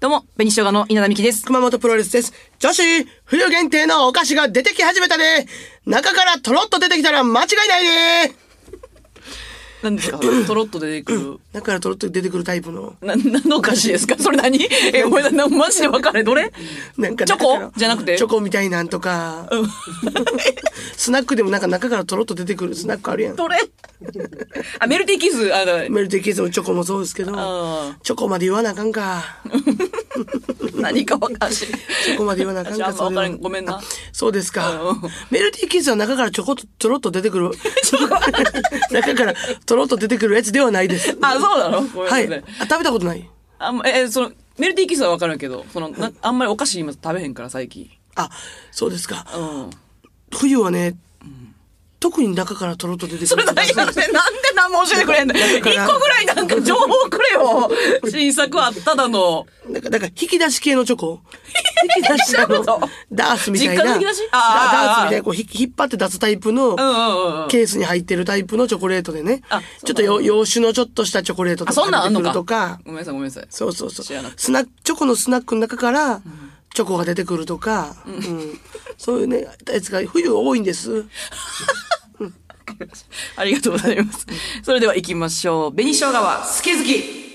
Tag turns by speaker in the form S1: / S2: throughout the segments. S1: どうも、紅生姜の稲田美希です。
S2: 熊本プロレスです。女子、冬限定のお菓子が出てき始めたね。中からトロッと出てきたら間違いないね。
S1: 何ですか トロッと出てく
S2: 中からトロッと出てくるタイプの。
S1: る。な、 何のお菓子ですかそれ何 え、ごめんなさいな、マジで分かんない。どれ
S2: なんか
S1: チョ
S2: 中から
S1: コじゃなくて
S2: チョコみたいなんとか。スナックでもなんか中からトロッと出てくるスナックあるやん。
S1: どれあ、メルティーキス、あ、だ
S2: メルティーケースのチョコもそうですけど
S1: あ、
S2: チョコまで言わなあかんか。
S1: 何か分かんない。
S2: チョコまで言わ なあかん
S1: 私あ
S2: か、
S1: んま分からん
S2: それは
S1: ごめんな
S2: あそうです
S1: う
S2: か
S1: ん。
S2: メルティーケースは中からちょこっと、ちょろっと出てく る。中からトロッと出てくるやつではないです。
S1: あ、そうなのごめんな
S2: は
S1: さ
S2: い。
S1: い。
S2: あ食べたことない
S1: あんま、え、その、メルティーキスは分かるけど、その、なあんまりお菓子今食べへんから、最近。
S2: あ、そうですか。
S1: うん。
S2: 冬はね、特に中からトロッと出て
S1: そ
S2: く
S1: れ
S2: る。
S1: 何やねんなんで何も教えてくれんの一
S2: だ
S1: 個
S2: から
S1: ぐらいなんか情報くれよ新作あっただの。
S2: なんか、なんか、引き出し系のチョコ。引き出しあの
S1: そう
S2: ダースみたいな。
S1: 実家の引き出し
S2: ダ
S1: あー
S2: ダース
S1: あーあー
S2: みたいな、こう、ひ引っ張って出すタイプの
S1: うん、うんうんうん。
S2: ケースに入ってるタイプのチョコレートでね
S1: あ。
S2: ちょっとよ洋酒のちょっとしたチョコレートと
S1: あ、
S2: か
S1: そんなんあん
S2: 出
S1: の
S2: てく
S1: か
S2: るとか。
S1: ごめんなさい、ごめんなさい。
S2: そうそうそう。
S1: 知らなかっ
S2: スナック、チョコのスナックの中から、チョコが出てくるとか、うんそういうね、やつが冬多いんです。
S1: ありがとうございます。それでは行きましょう。紅生姜は好き好き。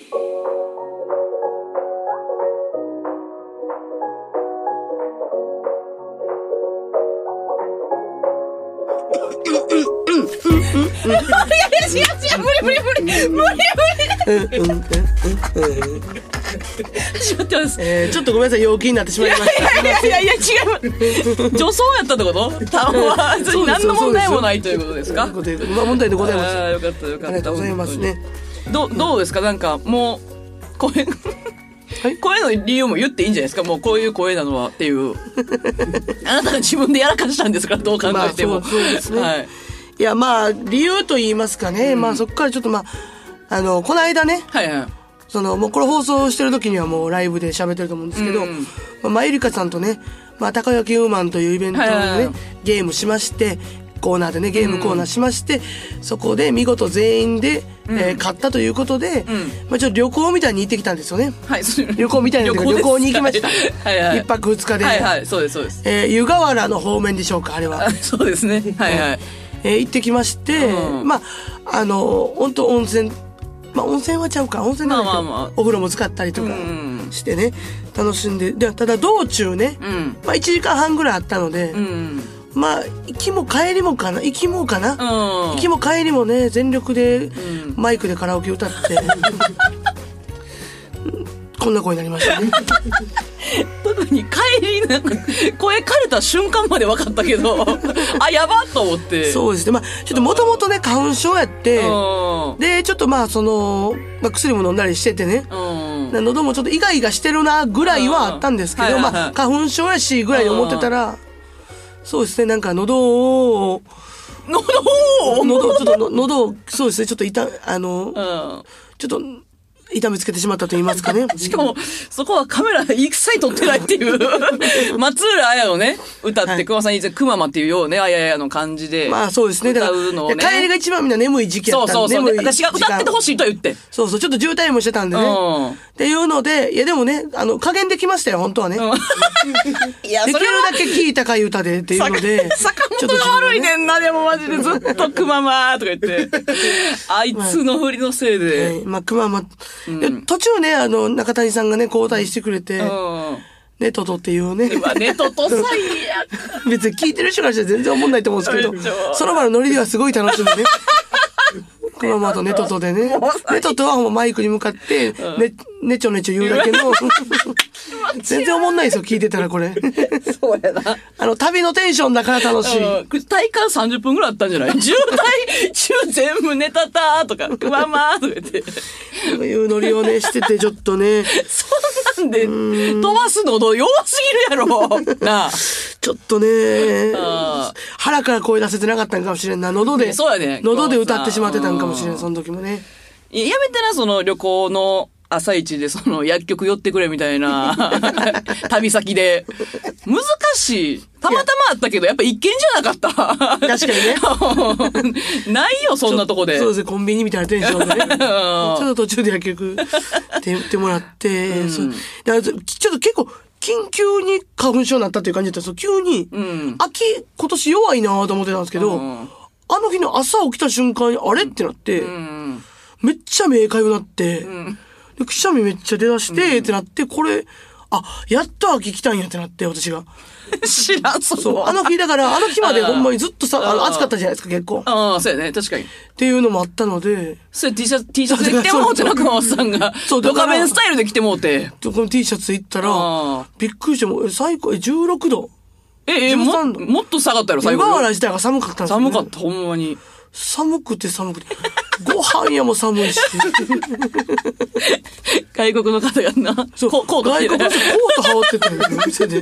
S1: いやいや違う違う無理無理無理無理無理しまってますい
S2: えーちょっとごめんなさい、陽気になってしまいまし
S1: や
S2: た。
S1: いやいやいや違う女装やったってことたまずに何の問題もないということですか
S2: そうですそうですまあ問題でございます。
S1: あ
S2: あ
S1: あよかったよかった
S2: りがとうございますね。
S1: どうどうですかなんかもうこれ
S2: はい
S1: こういうの理由も言っていいんじゃないですかもうこういう声なのはっていう あなたが自分でやらかしたんですからどう考えても、
S2: まあそうそうですね
S1: はい、
S2: いや、まあ、理由と言いますかね。まあ、そこからちょっとまあ、あの、この間ね、
S1: はいはい
S2: その、もうこれ放送してる時にはもうライブで喋ってると思うんですけど、
S1: うん
S2: まあ、まゆりかさんとね、まあ、たこ焼きウーマンというイベントをね、
S1: はいはいはい
S2: ゲームしまして、コーナーでね、ゲームコーナーしまして、そこで見事全員で、えー買ったということで、
S1: ん
S2: まあ、ちょっと旅行みたいに行ってきたんですよね。
S1: はいそれ
S2: 旅行みたいなというか旅行に行きました。
S1: です はいはい
S2: 一泊二日で。
S1: はいはいそうですそうです
S2: えー湯河原の方面でしょうか、あれは
S1: あ。そうですねはいはい
S2: えー行ってきまして、
S1: うん
S2: まああの本当温泉まあ温泉はちゃうか温泉なんだけど、
S1: まあまあまあ
S2: お風呂も使ったりとか
S1: うん
S2: してね、楽しんででただ道中ね、
S1: うん
S2: まあ1時間半ぐらいあったので、
S1: うん
S2: まあ行きも帰りもかな行きもかな、
S1: うん
S2: 行きも帰りもね全力で
S1: ん
S2: マイクでカラオケ 歌って、こんな声になりましたね
S1: 特に帰りなんか声枯れた瞬間まで分かったけ どあやばっと思ってう
S2: そうですねまあちょっともともとね花粉症やって、
S1: うん
S2: でちょっとまあその、まあ、薬も飲んだりしててね、
S1: うん
S2: な喉もちょっとイガイガしてるなぐらいはあったんですけ
S1: う
S2: ど、
S1: んはいはいはい
S2: まあ、花粉症やしぐらいに思ってたら、そうですね、なんか喉を、
S1: 喉を
S2: 喉を、ちょっとの、喉を、そうですね、ちょっと痛、あの、
S1: うん
S2: ちょっと、痛めつけてしまったと言いますかね。
S1: しかも、そこはカメラ一切撮ってないって いう、松浦綾をね、歌っ
S2: は
S1: て、
S2: い
S1: 熊さん以前、くままっていうようね、綾やの感じで。
S2: まあそうですね、だから、
S1: 歌うのをね
S2: 帰りが一番みんな眠い時期や
S1: そ
S2: っ
S1: う
S2: たんで、
S1: そうそう。
S2: 眠い
S1: で私が歌っててほしいとは言って。
S2: そうそう、ちょっと渋滞もしてたんでね。
S1: うん
S2: っていうので、いやでもね、あの、加減できましたよ、本当はね。
S1: いや
S2: できるだけ聴いたかい歌でっていうので。
S1: 坂
S2: ち
S1: 本
S2: ょっと自
S1: が
S2: 分
S1: 悪
S2: で
S1: い
S2: ね
S1: ねんな、でもマジでずっとくままとか言って。 あいつの振りのせい
S2: え
S1: で。
S2: ーまあ、熊ま、で途中ね、あの、中谷さんがね、交代してくれて、
S1: うん。
S2: ネトトっていうね、
S1: まあ、ネトとさいや。
S2: 別に聞いてる人からしたら全然思んないと思うんですけど
S1: めっちゃおもろ、い
S2: その場のノリではすごい楽しみね。熊まとネトトでね。ネトトはもうマイクに向かって、ね、ねちょねちょ言うだけの、 全然思んないですよ、聞いてたらこれ。
S1: そうやな。
S2: あの、旅のテンションだから楽しい。
S1: うんこれ体感30分ぐらいあったんじゃ ない渋滞中全部ネタたーとか、くままーとか言って。
S2: とかいうノリをね、してて、ちょっとね、
S1: そんなんで飛ばすのど弱すぎるや ろなあ。
S2: ちょっとね
S1: あ、
S2: 腹から声出せてなかったんかもしれんな。喉で、
S1: そうやね
S2: 喉で歌ってしまってたんかもしれ
S1: うん
S2: ん、その時もね。
S1: いややめてな、その旅行の朝一で その薬局寄ってくれみたいな旅先で。難しい。たまたまあったけど、やっぱ一軒じゃなかった。
S2: 確
S1: かにね。 ないよ、そんなとこで。
S2: そうですね、コンビニみたいなテンションで ね。ちょっと途中で薬局、 手、打ってもらって、そうだからちょっと結構、緊急に花粉症になったっていう感じだったんですよ急に、
S1: ん
S2: 秋、今年弱いなぁと思ってたんですけど、
S1: うん
S2: あの日の朝起きた瞬間に、あれってなって、
S1: うん。
S2: めっちゃ目かゆなって、で、くしゃみめっちゃ出だして、ってなって、これ、あ、やっと秋来たんやってなって、私が。
S1: 知らん、そこ
S2: そう。
S1: は。
S2: あの日、だから、あの日までほんまにずっとさ、あ
S1: うん
S2: の暑かったじゃないですか、結構。っ
S1: ああ、そうやね。確かに。
S2: ていうのもあったので、
S1: それ T シャツ、T シャツで着てもうて、中川さんが。
S2: そうだ
S1: ド
S2: か
S1: カベ
S2: ら
S1: ンスタイルで着てもうて。
S2: でこの T シャツ行ったら
S1: あ、
S2: びっくりして、もうえ最高、え16度。
S1: え、え、も、
S2: 13度
S1: もっと下がったやろ、最
S2: 湯
S1: 後
S2: 河
S1: に。
S2: 原自体が寒かったんですよ、ね。
S1: 寒かった、ほんまに。
S2: 寒くて寒くて。ご飯屋も寒いし。
S1: 外国の方がな、
S2: そ う
S1: こコート着
S2: 外
S1: て
S2: 国
S1: ね
S2: の。人コート羽織ってたよね、店で。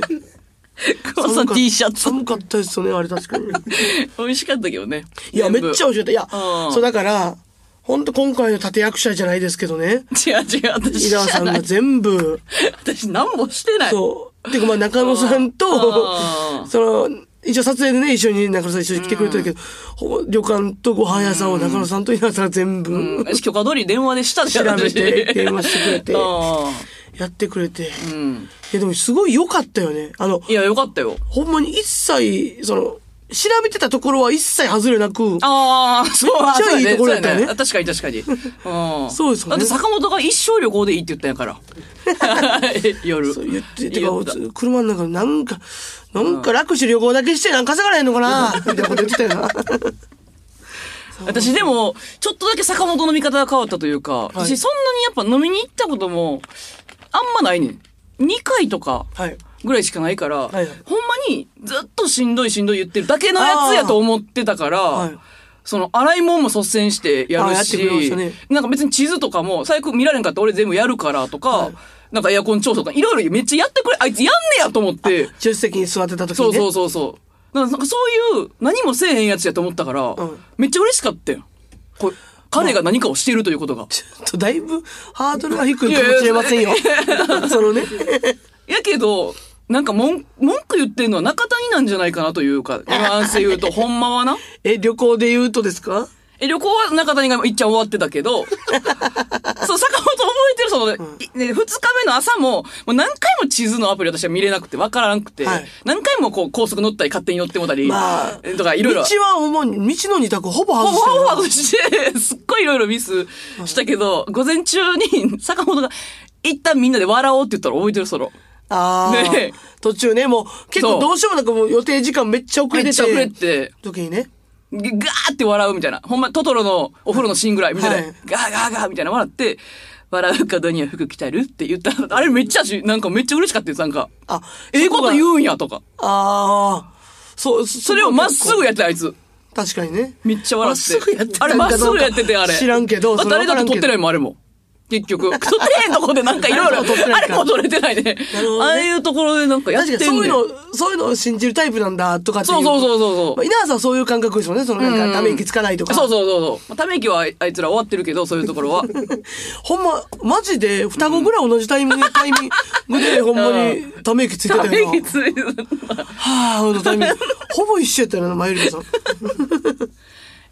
S1: 川さん T シャツ。
S2: 寒かったですよね、あれ確かに。
S1: 美味しかったけどね。
S2: いや、めっちゃ
S1: ゃ。
S2: 美味しかった。いや
S1: う、ん
S2: そうだから、ほんと今回の立役者じゃないですけどね。
S1: 違う違う、私
S2: 井
S1: じゃ
S2: 川さん
S1: な
S2: が
S1: い。
S2: 全部、
S1: 私何もしてない。
S2: そう。てか、まあ中野さん
S1: うんう
S2: と、
S1: ん
S2: その、一応撮影でね、一緒に中野さん一緒に来てくれてるけど、ほ旅館とご飯屋さんを中野さんと井川さんが全
S1: うん。
S2: 部
S1: 私許可通り電話でしたじゃ
S2: 調
S1: ん
S2: べて、
S1: 私
S2: 電話してく れて、
S1: あ
S2: やってくれて。い
S1: あうん。
S2: や、でもすごい良かったよね。あの、
S1: いや、よかったよ。
S2: ほんまに一切、その、調べてたところは一切外れなく、
S1: ああ、そう、
S2: めっちゃ
S1: そう
S2: いいところやったよね
S1: そう確かに確かに。うん。
S2: そうですよね
S1: だって坂本が一生旅行でいいって言ったんやから。 夜。
S2: そう言って、て
S1: 言った
S2: か、車の中でなんか、なんか楽して旅行だけしてなんか稼がれへんのかなみたいなこと言ってたよな。
S1: 私でも、ちょっとだけ坂本の見方が変わったというか、
S2: い
S1: 私そんなにやっぱ飲みに行ったことも、あんまないねん。2回とか。
S2: はい。
S1: ぐらいしかないから、
S2: はいはい
S1: ほんまにずっとしんどいしんどい言ってるだけのやつやと思ってたから、
S2: はい
S1: その洗い物も率先してや
S2: あー
S1: る
S2: やって
S1: し
S2: くれましたね
S1: なんか別に地図とかも最悪見られんかったら俺全部やるからとか、なんかエアコン調査とかいろいろめっちゃやってくれあいつやんねやと思って
S2: 助手席に座ってた時に
S1: そう
S2: ね。
S1: そうそうそうなんかなんかそういう何もせえへんやつやと思ったから、
S2: ん
S1: めっちゃ嬉しかったよこれ彼が何かをしているということが。
S2: ちょっとだいぶハードルが低いかもしれませんよ。そのね。
S1: やけど、なんか文文句言ってんのは中谷なんじゃないかなというか、ニュアンスで 言うと、ほんまはな。
S2: え、旅行で言うとですか
S1: え、旅行は中谷が一ちゃん終わってたけ ど、そう、坂本覚えてる、その、いね、二日目の朝も、もう何回も地図のアプリ私は見れなくて、わからなくて、
S2: はい
S1: 何回もこう高速乗ったり勝手に乗ってもたり、
S2: まあ
S1: えとかい
S2: 道
S1: ろいろ。
S2: はほんまに、道の二択ほぼ
S1: ほ
S2: 外
S1: ぼ
S2: したよ
S1: ほ
S2: な
S1: ぼ外して、すっごいいろいろミスしたけど、午前中に坂本が、一旦みんなで笑おうって言ったら覚えてる、その。
S2: ああ、
S1: ね
S2: 途中ね、もう結
S1: そ
S2: 構
S1: う
S2: どうしようもなくもう予定時間めっちゃ遅れ
S1: め
S2: て
S1: っちゃ
S2: て。
S1: 溢れて。
S2: 時にね。
S1: ガーって笑うみたいな。ほんま、トトロのお風呂のシーンぐらいみたいな。
S2: はい
S1: ガーガーガーみたいな笑って、笑う角には服着たるって言ったら、あれめっちゃし、なんかめっちゃ嬉しかったです、なんか。
S2: あ、
S1: 英
S2: 英
S1: 語
S2: 語
S1: と
S2: が
S1: 言うんやとか。
S2: ああ、そう、そ
S1: それをまっすぐやってた、あいつ。
S2: 確かにね。
S1: めっちゃ笑って。
S2: まっすぐやってた
S1: あれ
S2: ん
S1: ま
S2: か
S1: っ
S2: ど
S1: すぐ
S2: うか
S1: やってて、あれ。
S2: 知らんけど
S1: まあ
S2: それ
S1: 誰
S2: 分
S1: だ
S2: から
S1: と
S2: んけ
S1: 撮っ
S2: ど
S1: てないもん、あれも。結 局。撮ってへんとこでなんかいろい
S2: あ
S1: ろ
S2: れも撮って。な
S1: あ
S2: いか
S1: れも撮れてないね
S2: なるほ。ど
S1: あ
S2: ね
S1: あいうところでなんかやっ
S2: 確
S1: て
S2: か
S1: ん
S2: に
S1: ね
S2: そういうんの、そういうのを信じるタイプなんだとかっていう。
S1: そうそうそうそうそう
S2: まあ稲田さんはそういう感覚ですもんね。そのなんかため息つかないとか。
S1: そうそうそうそう。まあため息はあいあいつら終わってるけど、そういうところ は。
S2: ほんま、マジで双子ぐらい同じタイミング、タイミングでほんま にため息ついてた
S1: ため
S2: よ
S1: 息
S2: な。
S1: ついてた。
S2: はぁ、のタ イミング。ほぼ一緒やったよな、マユリカさん。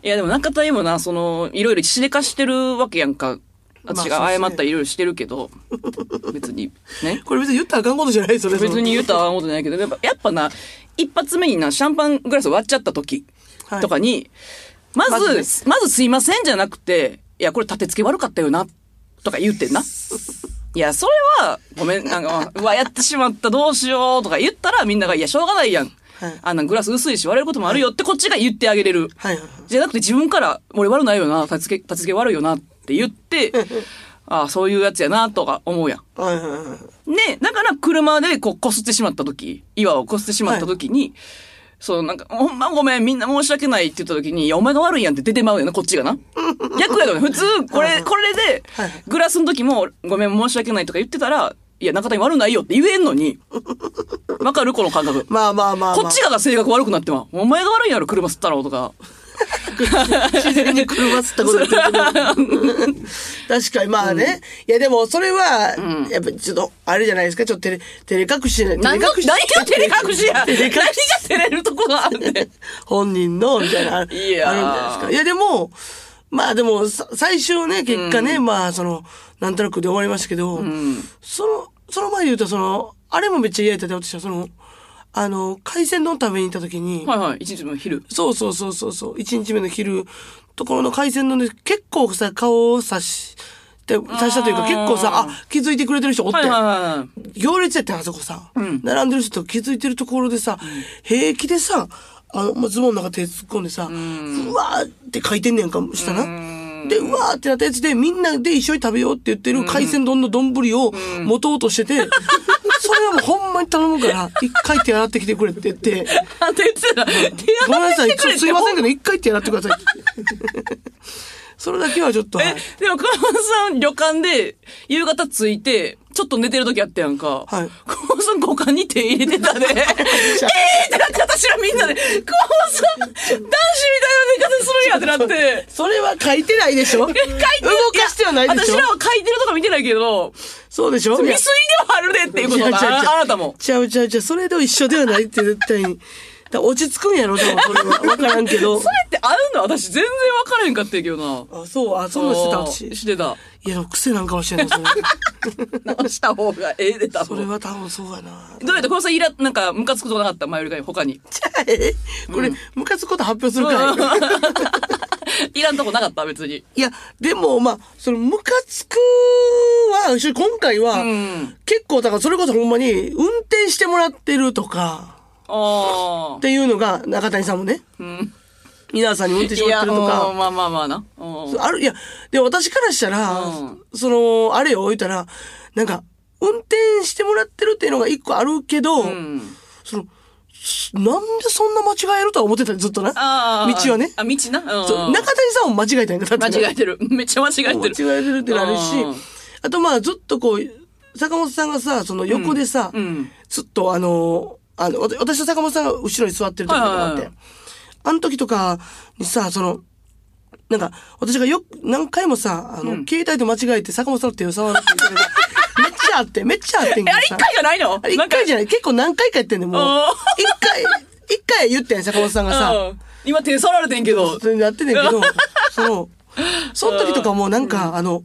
S1: いやでも中田もな、その、いろいろしでかしてるわけやんか。私が
S2: まあそうで
S1: 謝
S2: すね
S1: ったりいろいろしてるけ ど、別に、ね。
S2: これ別に言ったらあかんことじゃないですよね。その
S1: 別に言うたらあかんことないけど、やっぱ、やっぱな、一発目にな、シャンパングラス割っちゃった時とかに、まず、
S2: まず
S1: ま
S2: ね
S1: ずすいませんじゃなくて、いや、これ立て付け悪かったよな、とか言って んな。いや、それは、ごめん、なんか、うわ、やってしまった、どうしよう、とか言ったらみんなが、いや、しょうがないやん。
S2: はい
S1: あんなんグラス薄いし割れることもあるよってこっちが言ってあげれる。
S2: はいはいはい
S1: じゃなくて自分から、俺悪ないよな、立ち付け、立ち付け悪いよなって言って、 ああ、そういうやつやな、とか思うやん。
S2: はいはいはい。
S1: で、だから車でこう、こすってしまった時、岩をこすってしまった時に、そのなんか、ほんまごめん、みんな申し訳ないって言った時に、いや、お前が悪いやんって出てまうよな、こっちがな。逆 やとね、普通、これ、これで
S2: はいはい、
S1: グラスの時も、ごめん、申し訳ないとか言ってたら、いや、中谷悪ないよって言えんのに、わかるこの感覚。
S2: まあまあまあまあ。
S1: こっちがが性格悪くなってまうお前が悪いやろ、車吸ったろとか。
S2: 自然に車っつったことだったけど確かにまあね、いやでもそれは、やっぱちょっとあれじゃないですかちょっと照れ照れ隠し照れ
S1: 何の
S2: 隠し
S1: 何が照れ隠しや
S2: 照れ
S1: 何
S2: 隠し
S1: が照れるとこがあんねん。
S2: 本人のみたいなあるある ん
S1: い
S2: じ
S1: やー
S2: ゃないですかいやでもまあでもさ最終ね結果ね、まあそのなんとなくで終わりましたけど、そのその前で言うとそのあれもめっちゃ嫌やったで私はそのあの海鮮丼食べに行った時に、
S1: はいはい、一日も昼。
S2: そうそうそうそうそう。一日目の昼ところの海鮮丼で結構さ、顔を刺して、刺したというか
S1: あー
S2: 結構さ、あ、気づいてくれてる人おって。
S1: はいはいは
S2: 行列やってんあそこさ、並んでる人と気づいてるところでさ、平気でさ、あの、まズボンの中手突っ込んでさ、うわーって書いてんねやんか、したな。で、うわーってなったやつで、みんなで一緒に食べようって言ってる海鮮丼の丼を持とうとしてて、 それはもうほんまに頼むから、一回手洗ってきてくれって言 って、
S1: い。あんた言ってたら、手
S2: ごめん
S1: 洗
S2: なさ
S1: っ
S2: い、
S1: てく
S2: ち
S1: れ
S2: ょ
S1: って
S2: すいませんけど、一回ってやらってください。 それだけはちょっと、はい。
S1: え、でも、熊本さん、旅館で、夕方着いて、ちょっと寝てる時あったやんか。
S2: はい
S1: 熊本さん、股間に手入れて たで。えーってなって、私らみんなで、熊本さん、男子みたいな寝方するんやってなって。
S2: それは書いて ないでしょ
S1: え書いて
S2: 動かしてはないでしょ
S1: 私らは書いてるとか見てないけど、
S2: そうでしょ
S1: 未遂ではあるでっていうこと
S2: 違う違う違う
S1: だ。ああなたも。
S2: ちゃうちゃうちゃう、それと一緒ではないって絶対に。だから落ち着くんやろ、でもそれは。わからんけど
S1: そ。れって合うの私全然分からへんかったんやけどな。
S2: あ、そう、あ、そんなん
S1: あ
S2: してた私。
S1: ーしてた。
S2: いや、でも癖なんかもしれんない、それ。
S1: 直した方がええでた
S2: それは多分そうやな。
S1: どうやって、このさん、イラ、なんか、ムカつくとこなかった前よりかに、他に。
S2: じゃあ、えこれ、ムカつくこと発表す るかい、
S1: いらんとこなかった別に。
S2: いや、でも、まあ、その、ムカつくは、一緒に今回は、
S1: ん
S2: 結構、だから、それこそほんまに、運転してもらってるとか、
S1: あ
S2: っていうのが、中谷さんもね、
S1: あ。うん。
S2: 皆さんに運転
S1: い
S2: してもら
S1: や、
S2: ってると
S1: もう
S2: か、
S1: まあまあまあな。うん
S2: ある、いや、で、私からしたら、
S1: うん
S2: その、あれよ、言うたら、なんか、運転してもらってるっていうのが一個あるけど、
S1: うん。
S2: その、すなんでそんな間違えるとは思ってた、ずっとな。
S1: ああ。
S2: 道はね
S1: あ、道な。うん
S2: そう中谷さんも間違えたんやんか、だ
S1: 間
S2: ってな
S1: 違えてる。めっちゃ間違えてる。
S2: 間違えてるってなるし
S1: うん、
S2: あとまあずっとこう、坂本さんがさ、その横でさ、
S1: うん。
S2: ずっとあの、あの、わた私と坂本さんが後ろに座ってる時とかあっ
S1: はいはい
S2: て
S1: はい、
S2: あの時とかにさ、その、なんか、私がよく、何回もさ、あの、携帯と間違えて坂本さんの手を触るっていう ことが、めっちゃあって、めっちゃあってん
S1: え、
S2: け
S1: あ
S2: ど
S1: れ一
S2: さ
S1: 回じゃないの
S2: あれ一回じゃない、結構何回かやってんねんもう
S1: おー。
S2: 一回、一回言ってん、坂本さんがさ。
S1: うん今手触られてんけど
S2: そ。れになってんねんけ ど、その、その時とかもうなんか、あの、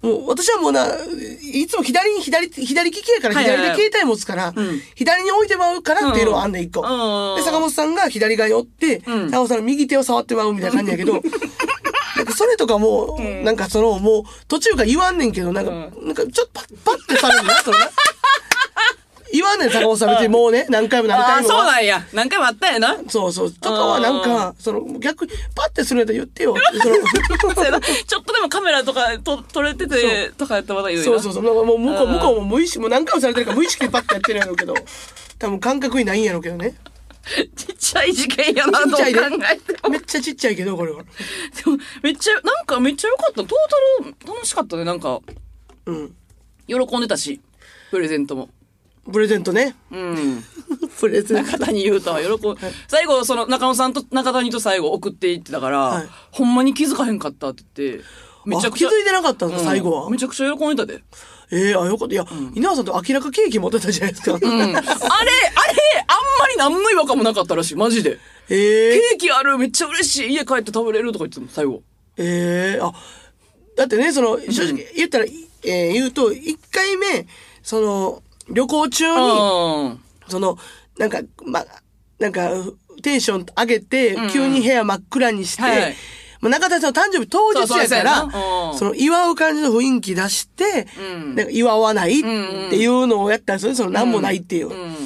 S2: もう私はもうな、いつも左に左、左利きやから
S1: はいはい
S2: 左で携帯持つから、
S1: ん
S2: 左に置いてまうからっていうのはあんねん、一個。
S1: うん
S2: で、坂本さんが左側におって、
S1: ん
S2: 坂本さんの右手を触ってまうみたいな感じ やけど、なんかそれとかもう、なんかその、もう途中から言わんねんけど、なんか、なんかちょっとパッ、パッてされるな、それな。言わんねん、坂本さん別にもうね、何回も何
S1: あ
S2: 回
S1: あ、
S2: も。
S1: そうなんや。何回もあったや な。
S2: そうそう。とかはなんか、その、逆に、パッてするやったら言ってよ。そ の
S1: そうやなちょっとでもカメラとかと撮れててとかやったらまだいいのに
S2: そ
S1: な
S2: うそうそう。なんかもう向こう、
S1: うん
S2: 向こうも無意識、もう何回もされてるから無意識でパッてやってるんやろうけど、多分感覚にないんやろうけどね。
S1: ちっちゃい事件やな
S2: ち
S1: と
S2: っ
S1: 考
S2: ちゃい
S1: え
S2: で
S1: ても。
S2: めっちゃちっちゃいけど、これは。
S1: でもめっちゃ、なんかめっちゃ良かった。トータル楽しかったね。なんか、
S2: うん。
S1: 喜んでたし、プレゼントも。
S2: プレゼントね。
S1: うん。
S2: プレゼント。
S1: 中谷優太は喜ぶ。最後、その中野さんと中谷と最後送っていってたから、
S2: はい
S1: ほんまに気づかへんかったって言って、めちゃくちゃ。
S2: あ気づいてなかったんですか、最後は
S1: うん。めちゃくちゃ喜んでたで。
S2: ええあ、よかった。いや、稲葉さんと明らかケーキ持ってたじゃないですか。
S1: うん。あれ、あれ、あんまり何の違和感もなかったらしい。マジで。
S2: え
S1: ケ
S2: え
S1: ーキある、めっちゃ嬉しい。家帰って食べれるとか言ってたもん、最後。
S2: ええあ、だってね、その、正直言ったら、えー言うと、1回目、その、旅行中に、
S1: うん。
S2: その、なんか、まあ、なんか、テンション上げて、急に部屋真っ暗にして、
S1: はい
S2: まあ、中田さんの誕生日当日やか
S1: そうそう
S2: ら、そ
S1: そうやなうん
S2: の祝う感じの雰囲気出して、
S1: うん
S2: なんか祝わないっていうのをやったんですよね、その何もないっていう。
S1: うん。
S2: っ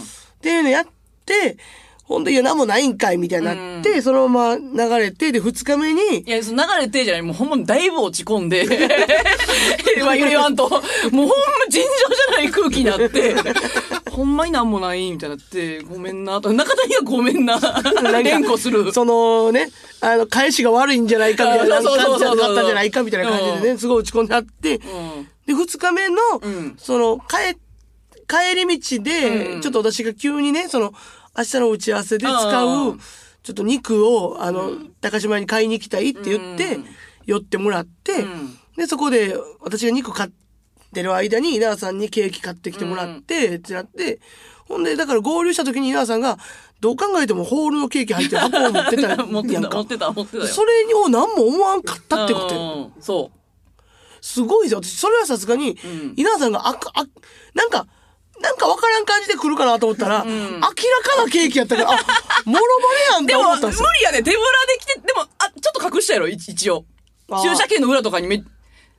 S2: ていうのやって、ほんと、いや、何もないんかい、みたいになって、そのまま流れて、で、二日目に
S1: い、や、その流れてじゃない、もうほんまにだいぶ落ち込んで、 今言わんと、もうほんま尋常じゃない空気になって、ほんまになんもない、みたいになって、ごめんな、と、中谷はごめんな、連呼する。
S2: そのね、あの、返しが悪いんじゃないかみたいな、
S1: あ そうそうそうそう
S2: だったんじゃないかみたいな感じでね、すごい落ち込んであって、
S1: ん
S2: で、二日目の、
S1: ん
S2: その、帰、帰り道で、
S1: うん
S2: ちょっと私が急にね、その、明日の打ち合わせで使
S1: う、
S2: うんちょっと肉を、あの、高島屋に買いに行きたいって言って、
S1: うん
S2: 寄ってもらって、
S1: うん
S2: で、そこで、私が肉買ってる間に、稲田さんにケーキ買ってきてもらって、ってなって、ほんで、だから合流した時に稲田さんが、どう考えてもホールのケーキ入ってる箱を持ってたやん か。
S1: 持ってた、持ってた、持ってたよ。
S2: それを何も思わんかったってことやん
S1: うんそ
S2: すごいですよ私、それはさすがに
S1: ん、
S2: 稲田さんがあく、あ、なんか、なんかわからん感じで来るかなと思ったら、明らかなケーキやったから、あ、もろバレやんっ
S1: う。で
S2: て
S1: も、
S2: 思
S1: 無
S2: っ
S1: 理
S2: たんですよ。
S1: やで、手ぶらで来て、でも、あ、ちょっと隠したやろ、一一応。
S2: あー
S1: 駐車券の裏とかにめ、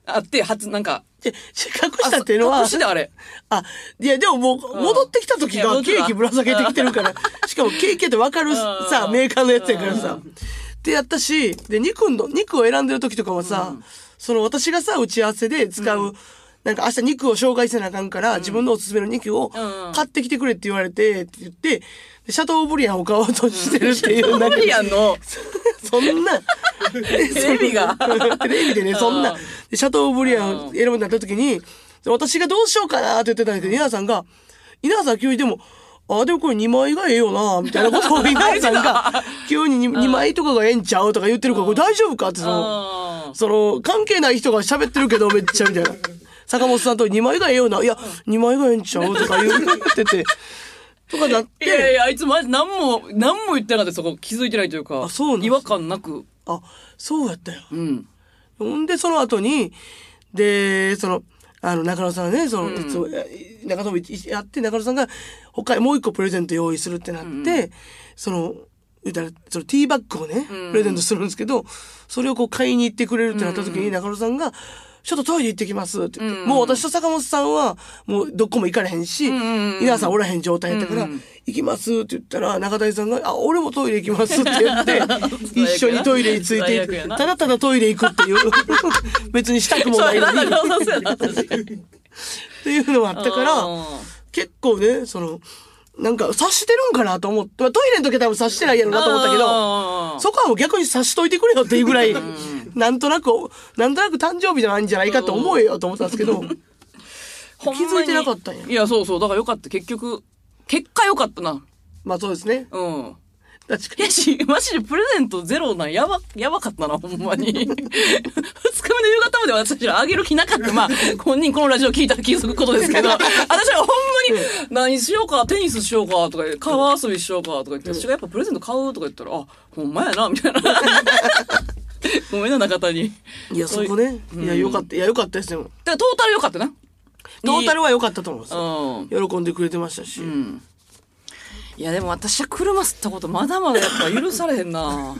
S1: あって、初、なんか、
S2: で 隠したっていうの
S1: あ
S2: は
S1: 隠、してあれ。
S2: あ、いや、でももう、
S1: うん
S2: 戻ってきた時
S1: いや戻
S2: が
S1: ってた
S2: ケーキぶら下げてきて るから、しかもケーキってわかるさ
S1: う、ん
S2: メーカーのやつやからさ。ってやったし、で、肉の、肉を選んでる時とかはさ、その私がさ、打ち合わせで使う、なんか明日肉を紹介せなあかんから、自分のおすすめの肉を
S1: うん
S2: 買ってきてくれって言われて、って言って、でシャトーブリアンを買おうとしてるっていう、なんか
S1: 無 理やんの。
S2: そんな。テ
S1: レビが
S2: テレビでね、そんな
S1: うん。
S2: でシャトーブリアンを選ぶんだった時に、私がどうしようかなって言ってたんだけど、稲田さんが、稲田さん急にでも、ああ、でもこれ2枚がええよな、みたいなことを稲田さんが、急に 2, 枚とかがええんちゃうとか言ってるから、これ大丈夫かってその、
S1: あ
S2: その、関係ない人が喋ってるけど、めっちゃ、みたいな。坂本さんと2枚がええよな、いや、2枚がええんちゃうとか言ってて、とかなっ
S1: ー いやいやい
S2: て、
S1: や、あいつマジ何も、何も言ってなかったそこ気づいてないというか。
S2: あそうなんです
S1: 違和感なく。
S2: あ、そうやったよ。
S1: うん。
S2: ほんで、その後に、で、その、あの、中野さんね、その、そう中野もやって、中野さんが、他にもう一個プレゼント用意するってなって、その、言ったら、そのティーバッグをね、プレゼントするんですけど、それをこう買いに行ってくれるってなった時に、中野さんが、ちょっとトイレ行ってきますって言って、もう私と坂本さんは、もうどこも行かれへんし、稲田さんおらへん状態やったから、行きますって言ったら、中谷さんが、あ、俺もトイレ行きますって言 って、一緒にトイレについて
S1: 最
S2: 行
S1: 悪や
S2: く。
S1: な
S2: ただただトイレ行くって いう、別にしたくも
S1: そ
S2: ない
S1: れ
S2: のに、っ
S1: なんかそうやな確かに
S2: ていうのがあったから、
S1: あ
S2: 結構ね、その、なんか察してるんかなと思って、まあトイレの時は多分察してないやろうなと思ったけど、
S1: ど
S2: そこはもう逆に察しといてくれよっていうぐらい、なんとなく、なんとなく誕生日じゃないんじゃないかと思えよと思ったんですけど、
S1: 気
S2: 気づいてなかったんや
S1: いや、そうそう。だからよかった。結局、結果よかったな。
S2: まあそうですね。
S1: うん。
S2: 確かに
S1: やし、マジでプレゼントゼロなんやば、やばかったな、ほんまに。二日目の夕方まで私らあげる気なかった。まあ、本人このラジオ聞いたら気づくことですけど、私らほんまに、何しようか、テニスしようか、とか、川遊びしようか、とか言って、私がやっぱプレゼント買うとか言ったら、あ、ほんまやな、みたいな。ごめんな、中谷。だか
S2: いや、そこね。いや、よかった。いや、よかったですよ。
S1: らトータルよかったな。
S2: トータルは良かったと思います
S1: う。ん。
S2: 喜んでくれてましたし。
S1: うん。いや、でも私は車吸ったことまだまだやっぱ許されへんな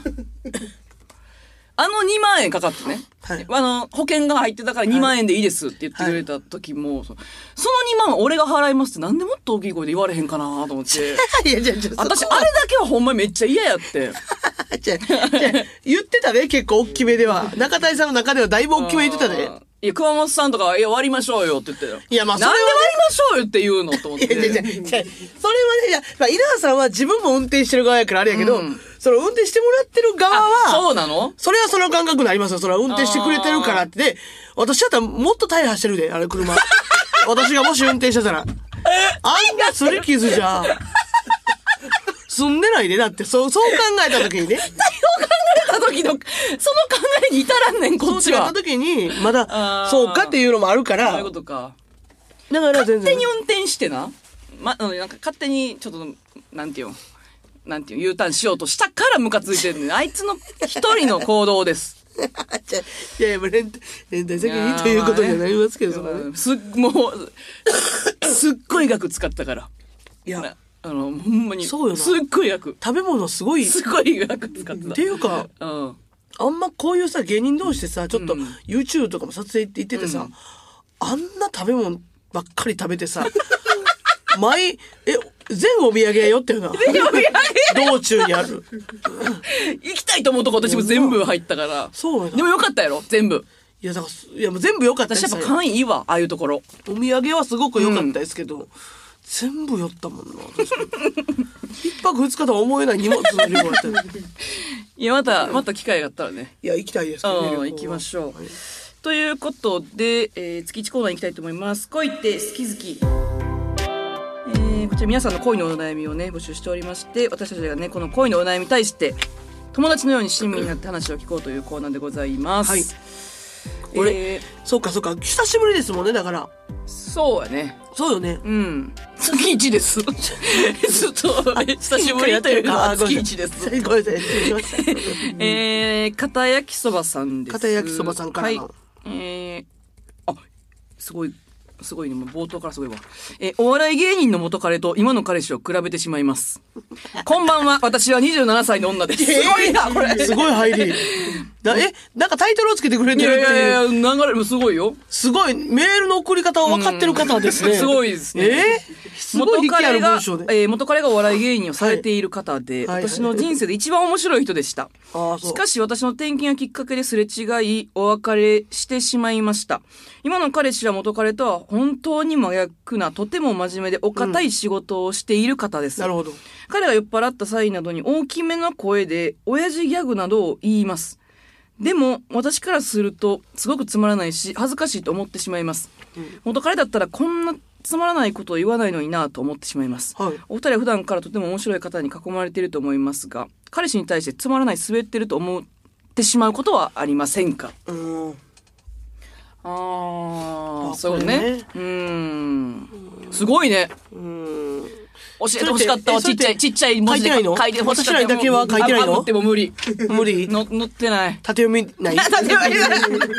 S1: あの2万円かかってね。
S2: はい
S1: あの、保険が入ってたから2万円でいいですって言ってくれた時も、そその2万は俺が払いますってなんでもっと大きい声で言われへんかなと 思って。
S2: いや、じゃあ、じゃあ、
S1: 私、
S2: 私、
S1: あれだけはほんまにめっちゃ嫌やって。
S2: じゃあじゃあ言ってたね、結構大きめでは。中谷さんの中ではだいぶ大き め言ってたね。
S1: いや、熊本さんとか、いや、割りましょうよって言ってたよ。
S2: いやまあそれ
S1: な
S2: は
S1: ん
S2: ね
S1: で割りましょうよって言うのと思っ
S2: い
S1: て。
S2: や、じゃあじゃあじゃあそれはね、いや、まあ、稲葉さんは自分も運転してる側やからあれやけど、
S1: うん
S2: その運転してもらってる側
S1: あ
S2: は、
S1: そうなの
S2: それはその感覚になりますよ。それは運転してくれてるからって。で、私だったらもっと大破してるで、あれ車。 私がもし運転してたら。あんな擦り傷じゃ。住んでないで、だって、そう、そう考えた時にね。
S1: た時の、その考えに至らんねん、 こっち
S2: そうやっ
S1: は
S2: た。時に、まだ
S1: あ、ー
S2: そうかっていうのもあるから、
S1: そういうこ
S2: だ
S1: とか。
S2: から全
S1: 勝手
S2: 然
S1: に。運転してな、ま、うんなんか勝手にちょっと、なんていうん、なんていうん、U ターンしようとしたからムカついてるねん。あいつの一人の行動です。
S2: いやいや、まあ連帯連帯責任ということにはなります けど、そこはね。
S1: すっ、もう、すっごい額使ったから。
S2: いや、
S1: なあの、ほんまに。
S2: そうよな
S1: すっごい額。
S2: 食べ物すごい、っ
S1: すっごい額使ってた。
S2: ていうか、
S1: うん。
S2: あんまこういうさ、芸人同士でさ、ちょっと
S1: うん
S2: YouTube とかも撮影って行っててさ、あんな食べ物ばっかり食べてさ、 毎、え、全お土産屋よってよ な。道中にある。
S1: 行きたいと思うとこ私も全部入ったから。
S2: そうやな
S1: でもよかったやろ全部。
S2: いや、だから、いや、もう全部良かったで
S1: 私
S2: す
S1: やっぱ勘いいわ、ああいうところ。
S2: お土産はすごく良かったですけど、全部寄ったもんな私 一泊二日とは思えない荷物の量やったよ
S1: いや、また、また機会があったらね。
S2: いや行きたいですけどね旅行
S1: う
S2: は
S1: ん、行きましょう
S2: はい。
S1: ということで、えー、月1コーナー行きたいと思います。恋って好き好き。えー、こじゃあ皆さんの恋のお悩みをね募集しておりまして私たちがねこの恋のお悩みに対して友達のように親身になって話を聞こうというコーナーでございます。
S2: はいこれ
S1: えー
S2: そうかそうか久しぶりですもんねだから
S1: そうやね。
S2: そうよね
S1: うん。月一 です。ちょっと、久しぶりというか、
S2: あごめ
S1: 月
S2: ん
S1: 一
S2: なさ
S1: です。
S2: ごめんなさい失礼しました
S1: えー、片焼きそばさんです。
S2: 片焼きそばさんからの
S1: はい、えー、あ、すごい、すごいね。もう冒頭からすごいわ。えーお笑い芸人の元彼と今の彼氏を比べてしまい ます。こんばんは。私は27歳の女です。すごいな、これ。
S2: すごい入りなえなんかタイトルをつけてくれ
S1: い
S2: てるっ
S1: や
S2: て
S1: い
S2: いう
S1: やいや、流れもすごいよ。
S2: すごいメールの送り方を分かってる方ですね、
S1: うんすごいですね
S2: えー、すご
S1: 元
S2: い力あ
S1: 彼
S2: る
S1: が
S2: 文章で、
S1: えー元彼がお笑い芸人をされている方で、
S2: はいはい
S1: 私の人生で一番面白い人でした。
S2: ああそう
S1: しかし私の転勤がきっかけですれ違い、お別れしてしまいました。今の彼氏は元彼とは本当に真逆な、とても真面目でお堅い仕事をしている方です。
S2: なるほど
S1: 彼が酔っ払った際などに大きめの声で、親父ギャグなどを言います。でも、私からすると、すごくつまらないし、恥ずかしいと思ってしまいます。元彼だったら、こんなつまらないことを言わないのになぁと思ってしまいます。
S2: はい
S1: お二人は普段からとても面白い方に囲まれていると思いますが、彼氏に対してつまらない、滑ってると思ってしまうことはありませんか
S2: うん
S1: あ
S2: あ
S1: あ、そういうこと
S2: これ
S1: ね
S2: ね。
S1: うーん。すごいね。
S2: うん
S1: 教えてほしかったわ。
S2: そ
S1: ち
S2: れ
S1: っちゃ
S2: って
S1: い、ちっちゃい文字で
S2: 書いてないの
S1: 書いてほしかった。
S2: 私らだけは書いてないの
S1: あ持っても無理。
S2: 無理
S1: の、乗って ない。
S2: 縦読みな い
S1: 縦読みない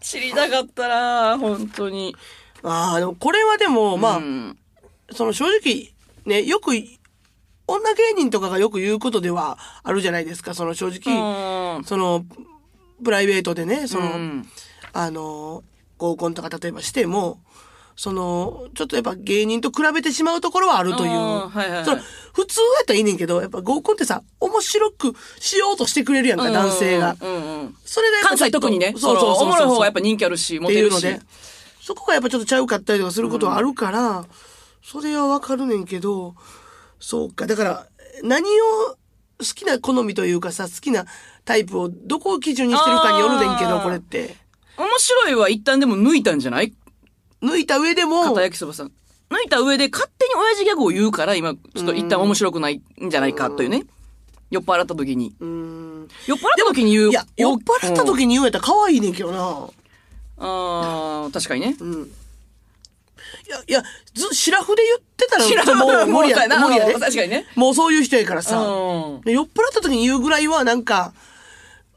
S1: 知りたかったな本当に。
S2: ああ、でもこれはでも、まあ、
S1: うん。
S2: その正直、ね、よくい、女芸人とかがよく言うことではあるじゃないですか、その正直、
S1: うん
S2: その、プライベートでね、その、
S1: うん
S2: あの、合コンとか例えばしても、その、ちょっとやっぱ芸人と比べてしまうところはあるという。
S1: あーはいはいはい
S2: その普通やったらいいねんけど、やっぱ合コンってさ、面白くしようとしてくれるやんか、男性が。
S1: うんうんうん
S2: それがやっぱ
S1: 関
S2: ちょ
S1: 西
S2: っと
S1: 特にね、
S2: そ
S1: そうう
S2: そうそう
S1: そ。
S2: そう
S1: おもろい方がやっぱ人気あるし、
S2: っ
S1: モ
S2: て
S1: テ
S2: いう
S1: る
S2: の
S1: し。
S2: で、そこがやっぱちょっとちゃうかったりとかすることはあるから、それはわかるねんけど、そうか、だから、何を好きな好みというかさ、好きなタイプをどこを基準にしてるかによるねんけ
S1: あ
S2: ど、
S1: ー
S2: これって。
S1: 面白いは一旦でも抜いたんじゃない
S2: 抜いた上でも、
S1: 片焼きそばさん。抜いた上で勝手に親父ギャグを言うから、今、ちょっと一旦面白くないんじゃないかというね。酔っ払った時に。
S2: うん。
S1: 酔っ払った時に言う。
S2: いや、酔っ払った時に言うやったら可愛いねんけどな。
S1: ああ、確かにね。
S2: うん。いや、いや、ず、シラフで言ってたら、
S1: シラフ
S2: もう無理
S1: もうそうや
S2: や、
S1: な
S2: 無理やで
S1: うん確かにね
S2: もうそういう人やからさ。
S1: うん。
S2: 酔っ払った時に言うぐらいは、なんか、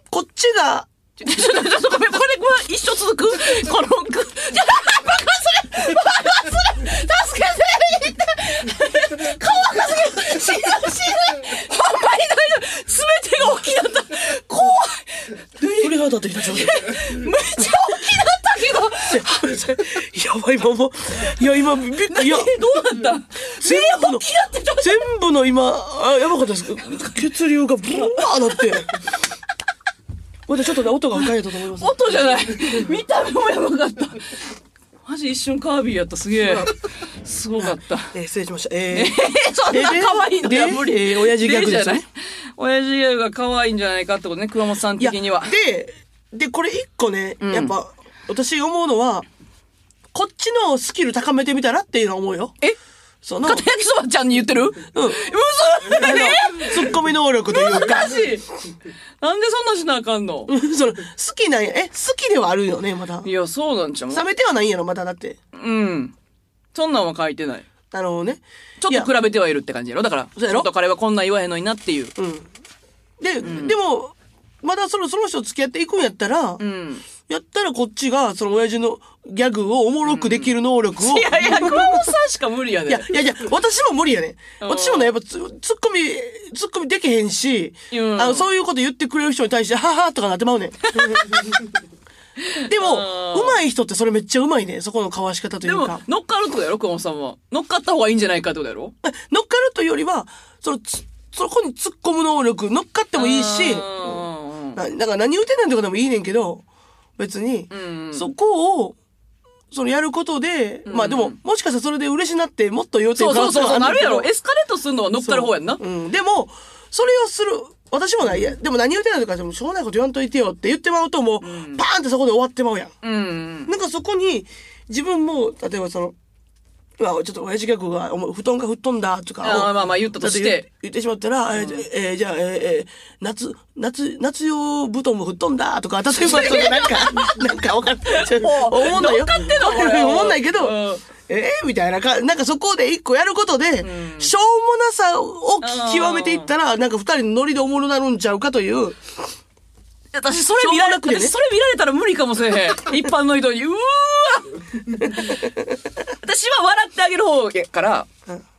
S2: こっちが、
S1: ちょっと、ちょっとごめん、これ、これ、一生続くこの、く、じゃあ、爆発する爆発する助けていった顔赤すぎる死ぬ死ぬほんまに大丈夫すべてが大きなった怖
S2: 鳥肌立 ってきた、ちょっ
S1: いめっちゃ大きなったけど
S2: とやばい、今もう、いや、今、びっくり、いや、
S1: どうなった
S2: 全部の、全部の今、あ、やばかったです。血流がブワーなって。またちょっとね、音が深いやったと思います。
S1: 音じゃない見た目もやばかったマジ一瞬カービィやったすげえすごかった
S2: えー失礼しました。え ー
S1: そんな可愛いの
S2: で
S1: いや無理
S2: えー親父ギャグですね
S1: でじゃない親父ギャグが可愛いんじゃないかってことね倉本さん
S2: いや
S1: 的には
S2: で、で、これ一個ね、やっぱ、私思うのは、こっちのスキル高めてみたらっていうのは思うよ。
S1: え
S2: その、
S1: 片焼きそばちゃんに言ってるうん嘘
S2: あの
S1: え
S2: ツッコミ能力というか
S1: 難、しいなんでそんなしなあかんの
S2: その、好きなんや、え、好きではあるよね、まだ
S1: い。やそうなんちゃう
S2: 冷めてはないんやろ、まだだって。
S1: うんそんなんは書いてない
S2: なるほどね。
S1: ちょっと比べてはいるって感じやろだから
S2: そうやろ
S1: 元彼はこんなん言わへんのになっていう
S2: いやで、でも、まだその、その人と付き合っていくんやったら、
S1: うん
S2: やったらこっちが、その親父のギャグをおもろくできる能力を、
S1: いやいや倉本さんしか無理や
S2: い
S1: で
S2: や、いやいや、私も無理やね。
S1: ん
S2: 私もね、やっぱツ、ツッコミ、ツッコミできへんし、
S1: うん
S2: あの、そういうこと言ってくれる人に対して、ははとかなってまうね ん。でも、
S1: うん
S2: 上手い人ってそれめっちゃ上手いね。そこのかわし方とい
S1: でも
S2: うか。
S1: 乗っかるってことやろ倉本さんは乗っかった方がいいんじゃないかってことやろ
S2: 乗っかるというよりは、その、つそこに突っ込む能力、乗っかってもいいし、
S1: うん
S2: ななんか何言うてんねんとかでもいいねんけど、別に、
S1: うん
S2: そこを、そのやることで、まあでも、もしかしたらそれで嬉しなって、もっと言うて
S1: そうそうそうそうなるやろエ
S2: え
S1: スカレートするのは乗っかる方やんな
S2: うん。でも、それをする、私もないや、でも何言うてんねんとかでも、しょうもないこと言わんといてよって言ってまうと、もう、パーンってそこで終わってまうやん。
S1: うん
S2: なんかそこに、自分も、例えばその、うわちょっと親父ギャグが、お前布団が吹っ飛んだ、とか。
S1: あーまあまあ言ったとして
S2: だっ言っ。言ってしまったら、えーえーじゃあ、えーえー夏、夏、夏用布団も吹っ飛んだ、とか、 例えば、そのなんか、なんかわかんない。ちょ
S1: もう
S2: おもんないよ。
S1: 乗っかってんの これ
S2: おもんないけど、
S1: うん
S2: えーみたいなか、なんかそこで一個やることで、しょうもなさをき極めていったら、なんか二人のノリでおもろなるんちゃうかという。
S1: 私それ見られ、
S2: しょうもなくてね
S1: 私それ見られたら無理かもしれへ ん。一般の人に。うわ 私は笑ってあげる方やから、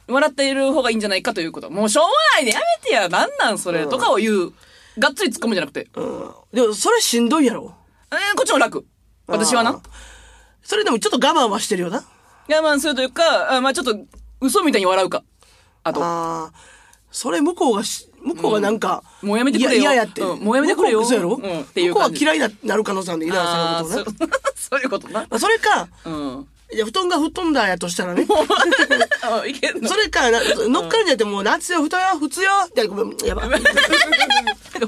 S1: 笑っている方がいいんじゃないかということ。もうしょうもないね。やめてや。なんなんそれ。とかを言う。がっつり突っ込むんじゃなくて。
S2: うん。でも、それしんどいやろ。
S1: えーこっちも楽。私は
S2: あ
S1: な
S2: ー。それでもちょっと我慢はしてるよな。
S1: 我慢するというか、あまあちょっと嘘みたいに笑うか。あと。
S2: ああ。それ向こうがし、向こうがなんか、
S1: もうやめてくれよ
S2: いや、嫌やって。
S1: うんもうやめてくれよ
S2: 向こうそうやろ
S1: うんっていう
S2: 向こう
S1: 感
S2: は
S1: じ
S2: 嫌いになる可能性あるんで、稲田さ
S1: あ
S2: ん
S1: ー
S2: のことをね。
S1: そう そういうことな。
S2: まあそれか、
S1: うん。
S2: いや、布団が吹っ飛んだやとしたらね。
S1: あいけんの
S2: それか、な乗っかるんじゃなくて、もう夏よ、布団よ、普通よ、って、ごめんやば。
S1: なんか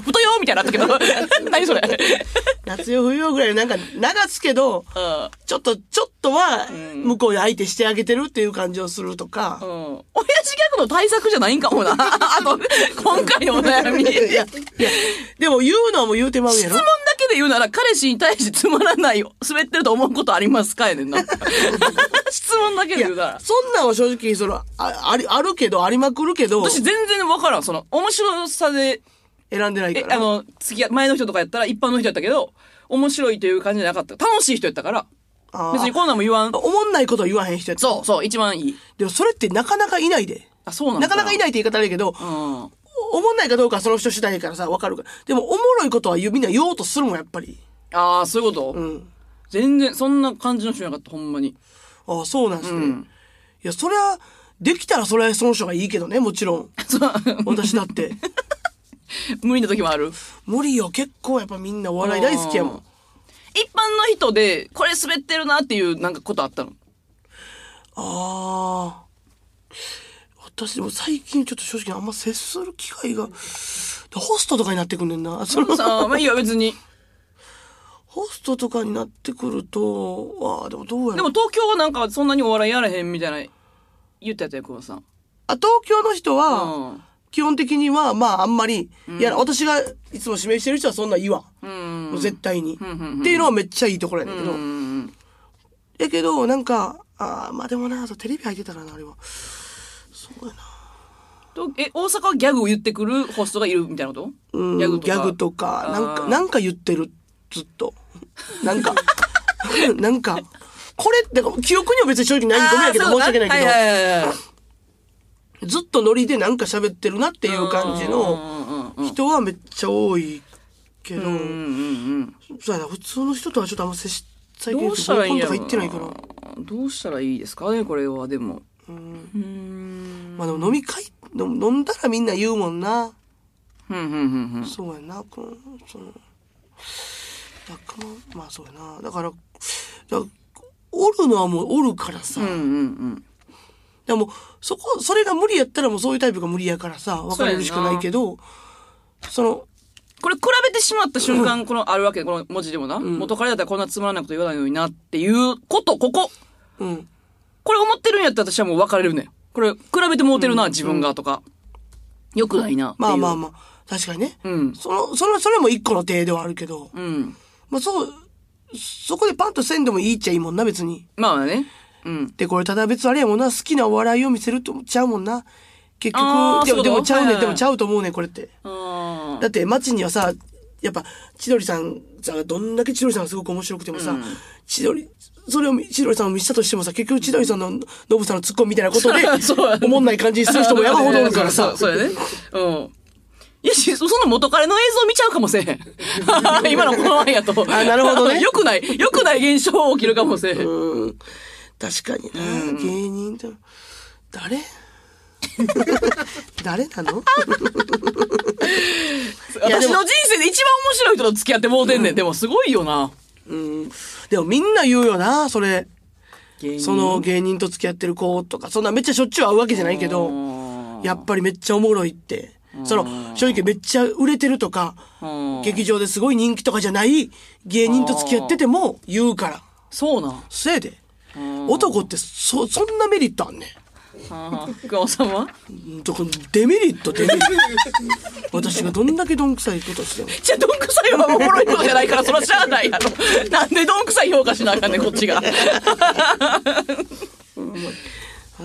S1: 太よみたいなのあったけど。 何それ。
S2: 夏よ、冬よぐらい、なんか、流すけど、
S1: うん。
S2: ちょっと、ちょっとは、向こうで相手してあげてるっていう感じをするとか。
S1: うん。親父ギャグの対策じゃないんかもな。 あと、今回のお悩み。
S2: いや、いや
S1: 質問だ、
S2: でも言うのはもう言うてまうやろ。
S1: けで言うなら、彼氏に対してつまらないよ。滑ってると思うことありますかやねんな。 質問だけで言うなら。
S2: そんなんは正直、その、あ、あり、あるけど、ありまくるけど、
S1: 私全然わからん。その、面白さで、
S2: 選んでないか
S1: え、
S2: ら。
S1: あの、付き合い前の人とかやったら一般の人やったけど、面白いという感じじゃなかった。楽しい人やったから、
S2: あー
S1: 別にこんなんも言わん。
S2: おもんないことは言わへん人やった
S1: そうそう、一番いい。
S2: でもそれってなかなかいないで。
S1: あ、そうなの。
S2: なかなかいないいって言い方あるけど、
S1: うん。
S2: おおもんないかどうかはその人次第やからさ、わかるから。でも、おもろいことは言うみんな言おうとするもん、やっぱり。
S1: ああ、そういうこと、
S2: うん。
S1: 全然、そんな感じの人じゃなかった、ほんまに。
S2: ああ、そうなんですね。
S1: うん
S2: いや、そりゃ、できたらそれはその人がいいけどね、もちろん。私 だって。
S1: 無理な時もある。
S2: 無理よ、結構やっぱみんなお笑い大好きやも
S1: うん
S2: ん。
S1: 一般の人で、これ滑ってるなっていう、なんかことあったの。
S2: ああ。私でも最近ちょっと正直あんま接する機会が、でホストとかになってくんねんな。その
S1: さあ、まあいいよ、別に。
S2: ホストとかになってくると、ああ、でもどうや
S1: で
S2: ろ
S1: も
S2: う。
S1: 東京はなんかそんなにお笑いやらへんみたいな、言ってたよ、久保さん。
S2: あ、東京の人は、
S1: うん。
S2: 基本的には、まああんまり、いや、私がいつも指名してる人はそんな言わん。
S1: うん。
S2: もう絶対に。
S1: んうん
S2: っていうのはめっちゃいいところやねんけど
S1: う。ん。
S2: やけど、なんか、ああ、まあでもな、そうテレビ入ってたからな、あれは。そうやな。
S1: とえ、大阪はギャグを言ってくるホストがいるみたいなこと
S2: うん、ギ
S1: ギ
S2: ャ
S1: ャグ
S2: グと
S1: と
S2: か
S1: か。
S2: なんか、
S1: あー
S2: なんか言ってる、ずっと。なんか、 なんか、これって、記憶には別に正直ないごめんやけ
S1: あ
S2: ど、
S1: ー
S2: 申し訳ないけど、
S1: そうはいはいはいはい
S2: ずっとノリでなんか喋ってるなっていう感じの
S1: の
S2: 人はめっちゃ多いけど、
S1: うんうんうん
S2: そうやな、普通の人とはちょっとあんま接し、最
S1: どうしたらいいんや
S2: 合コ
S1: ろ
S2: ンとか行ってないから。
S1: どうしたらいいですかねこれはでもうーん
S2: まあでも飲み会、飲飲んだらみんな言うもんな。
S1: ふんふんふんふん
S2: そうやな、この、その、だからまあそうやな。だから、だからおるのはもうおるからさ。
S1: うんうん
S2: でも、そこ、それが無理やったらもうそういうタイプが無理やからさ、別れるしかないけど、その、
S1: これ比べてしまった瞬間、このあるわけで、この文字でもな、元彼だったらこんなつまらないこと言わないのになっていうこと、ここ、
S2: うん。
S1: これ思ってるんやったら私はもう別れるねん。これ比べてもうてるな、自分がとか。よくないなっていう。
S2: まあまあまあ、確かにね。
S1: うん
S2: その、その、それも一個の手ではあるけど、
S1: うん。
S2: まあそう、そこでパンとせんでもいいっちゃいいもんな、別に。
S1: まあね。うん。
S2: で、これただ別にあれやもんな、好きなお笑いを見せるとちゃうもんな。結
S1: あ
S2: 局、
S1: ー
S2: でも、
S1: そういうこと
S2: でもちゃうね
S1: は
S2: ん、
S1: い
S2: でもちゃうと思うねん、これって。
S1: あ、
S2: だって街にはさ、やっぱ、千鳥さんさ、どんだけ千鳥さんがすごく面白くてもさ、千鳥、それを見千鳥さんを見せたとしてもさ、結局千鳥さんの、ノブさんのツッコミみたいなことで
S1: そう、
S2: おもんない感じにする人も山ほどおるからさ
S1: そうそうやね。うん。いやし、その元彼の映像見ちゃうかもしれへん。 今のこの前やと。
S2: あなるほ どね
S1: よくない、よくない現象起きるかもしれへん。
S2: うん。確かにな、芸人と、誰 誰なのいやで
S1: 私
S2: も
S1: の人生で一番面白い人と付き合ってもうてんねん。でもすごいよな。
S2: うん。でもみんな言うよな、それ。
S1: 芸人
S2: その芸人と付き合ってる子とか、そんなめっちゃしょっちゅう会うわけじゃないけど、やっぱりめっちゃおもろいって。その、正直めっちゃ売れてるとか、
S1: うん
S2: 劇場ですごい人気とかじゃない芸人と付き合ってても言うから。
S1: そうなん。
S2: せいで。男ってそ、そんなメリットあんねん。
S1: あー熊本さんは
S2: うんとこデメリット、 デメリット。私がどんだけどんくさいことしても。
S1: じゃあ、どんくさいはおもろいことじゃないから、そらしゃあないや ろ。なんでどんくさい評価しなあかんねん、こっちが。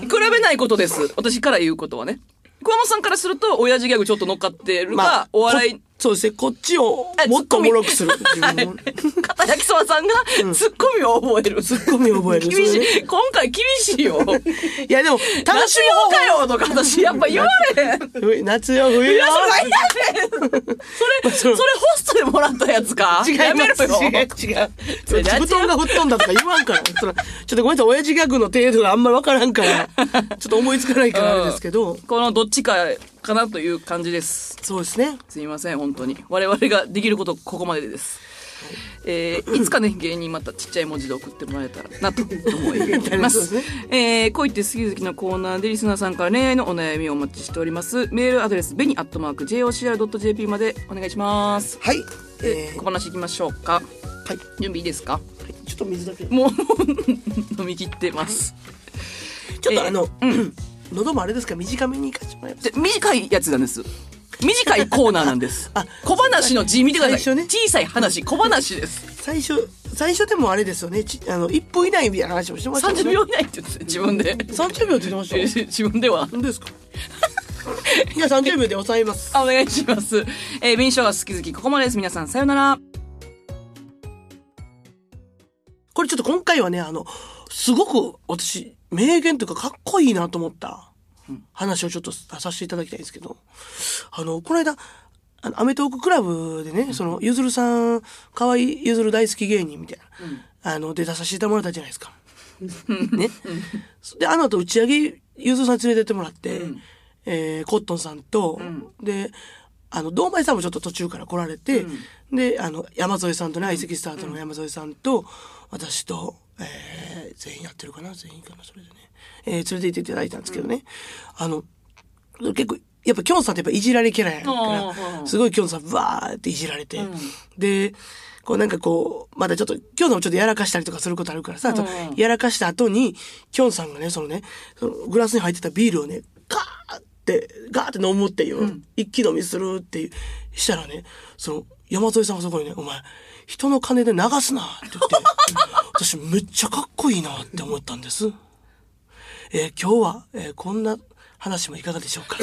S1: 比べないことです。私から言うことはね。桑本さんからすると、親父ギャグちょっと乗っかってるか、お笑い
S2: こ、そうですね、こっちを
S1: あ
S2: もっとおもろくする。
S1: ツッコミ
S2: 自
S1: は
S2: 分を
S1: い片焼きそばさんがツッコミを覚える。ツッ
S2: コミを覚え る
S1: 厳し
S2: それ
S1: い。今回厳しいよ。楽し
S2: いや、でも、楽し
S1: もうかよとか私やっぱ言われへん。
S2: みよう。夏よ、冬よ。
S1: それ、それホストでもらったやつか。
S2: 違い
S1: やめろ
S2: ます
S1: よ。
S2: 違う、違う。
S1: それ
S2: 布団が吹っ飛んだとか言わんから。そらちょっとごめんなさい、親父ギャグの程度があんまりわからんから、ちょっと思いつかないからあれですけど、
S1: このどっちかかなという感じです。
S2: そうですね。
S1: すみません、本当に。我々ができること、ここまでです。えーいつかね、芸人またちっちゃい文字で送ってもらえたらなと思いま
S2: そうです
S1: す
S2: ね。
S1: えー恋って好き好きのコーナーでリスナーさんから恋愛のお悩みをお待ちしております。メールアドレス、ベニアットマーク、jocr.jp までお願いします。
S2: はい。
S1: え
S2: えー
S1: 小話いきましょうか。
S2: はい。
S1: 準備いいですか
S2: ちょっと水だけ。ち
S1: もう、 飲み切ってます。
S2: ょっとあの、 喉もあれですから短めにいかせてもらいます。
S1: で短いやつなんです。短いコーナーなんです
S2: あ。
S1: 小話の字見てください。
S2: 最初ね
S1: 小さい話、小話です。
S2: 最初、最初でもあれですよね。ちあの、1分以内みたいな話もしてました、ね。
S1: 30秒以内って言ってた自分で
S2: ?30 秒って言ってましたよ。
S1: 自分では
S2: 何ですかじゃあ30秒で抑えます。
S1: あお願いしますえー、紅生姜好き好きここまでです皆さんさようなら
S2: これちょっと今回はね、あの、すごく私、名言というかかっこいいなと思った話をちょっとさせていただきたいんですけど、あの、この間、あのアメトーククラブでね、その、ゆずるさん、河合ゆずる大好き芸人みたいな、あの、で出させてもらったじゃないですか。ね。で、あの後打ち上げ、ゆずるさん連れてってもらって、えーコットンさんと、で、あの、堂前さんもちょっと途中から来られて、で、あの、山添さんとね、相席スタートの山添さんと、私と、えー全員やってるかな全員かなそれでね。えー連れて行っていただいたんですけどね。あの、結構、やっぱ、きょんさんってやっぱいじられキャラやか
S1: あー
S2: ら、すごいきょんさん、わーっていじられて、で、こうなんかこう、まだちょっと、きょんさんもちょっとやらかしたりとかすることあるからさ、あと
S1: うん
S2: やらかした後に、きょんさんがね、そのね、そのグラスに入ってたビールをね、ガーって、ガーって飲むっていう、一気飲みするっていう、したらね、その、山添さんがそこにね、お前、人の金で流すなって言って、私めっちゃかっこいいなって思ったんです。えー今日は、えーこんな話もいかがでしょうか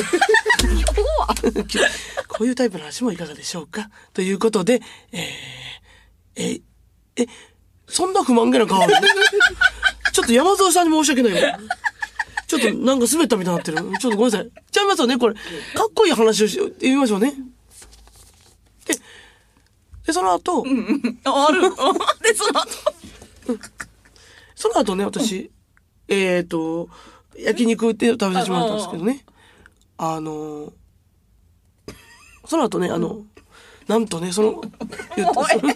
S2: 今日は こういうタイプの話もいかがでしょうかということで、えーえーえ、そんな不満げな顔 ちょっと山添さんに申し訳ないわちょっとなんか滑ったみたいになってる。ちょっとごめんなさい。ちゃいますよね、これ。かっこいい話をし、言いましょうね。で、で、その後、
S1: ああるでそ の後
S2: その後ね、私、えっ、ー、と、焼肉って食べさせてもらったんですけどね。あのー、その後ね、あの、なんとね、その、言 ってその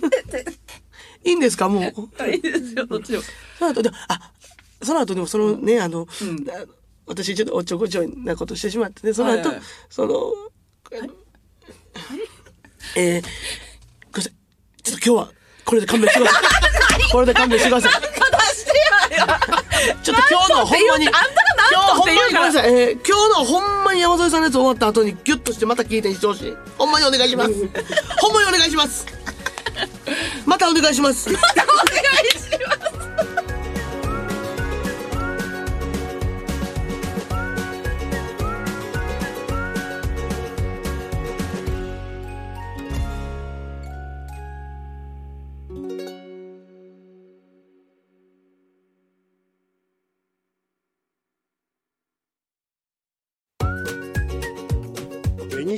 S2: いいんですか、もう。
S1: いいですよどっちで も
S2: その後でも、あ、その後でもそのね、あの、あ私ちょっとおっちょこちょいなことしてしまってね、その
S1: はい
S2: 後、
S1: はいはい
S2: その、えー、ごめんなさい。ちょっと今日は、これで勘弁してく ださい。これで勘弁してください。
S1: 出してや
S2: ちょっと今日のほんまに、
S1: なんとって言うあんたがなんとっ
S2: 今日ほんまにごめんな
S1: て言うから
S2: さい、えー今日のほんまに山添さんのやつ終わった後にギュッとしてまた聞いてにしてほしい。ほんまにお願いし ます。ほんまにお願いします。またお願いします。
S1: お願いします
S3: 紅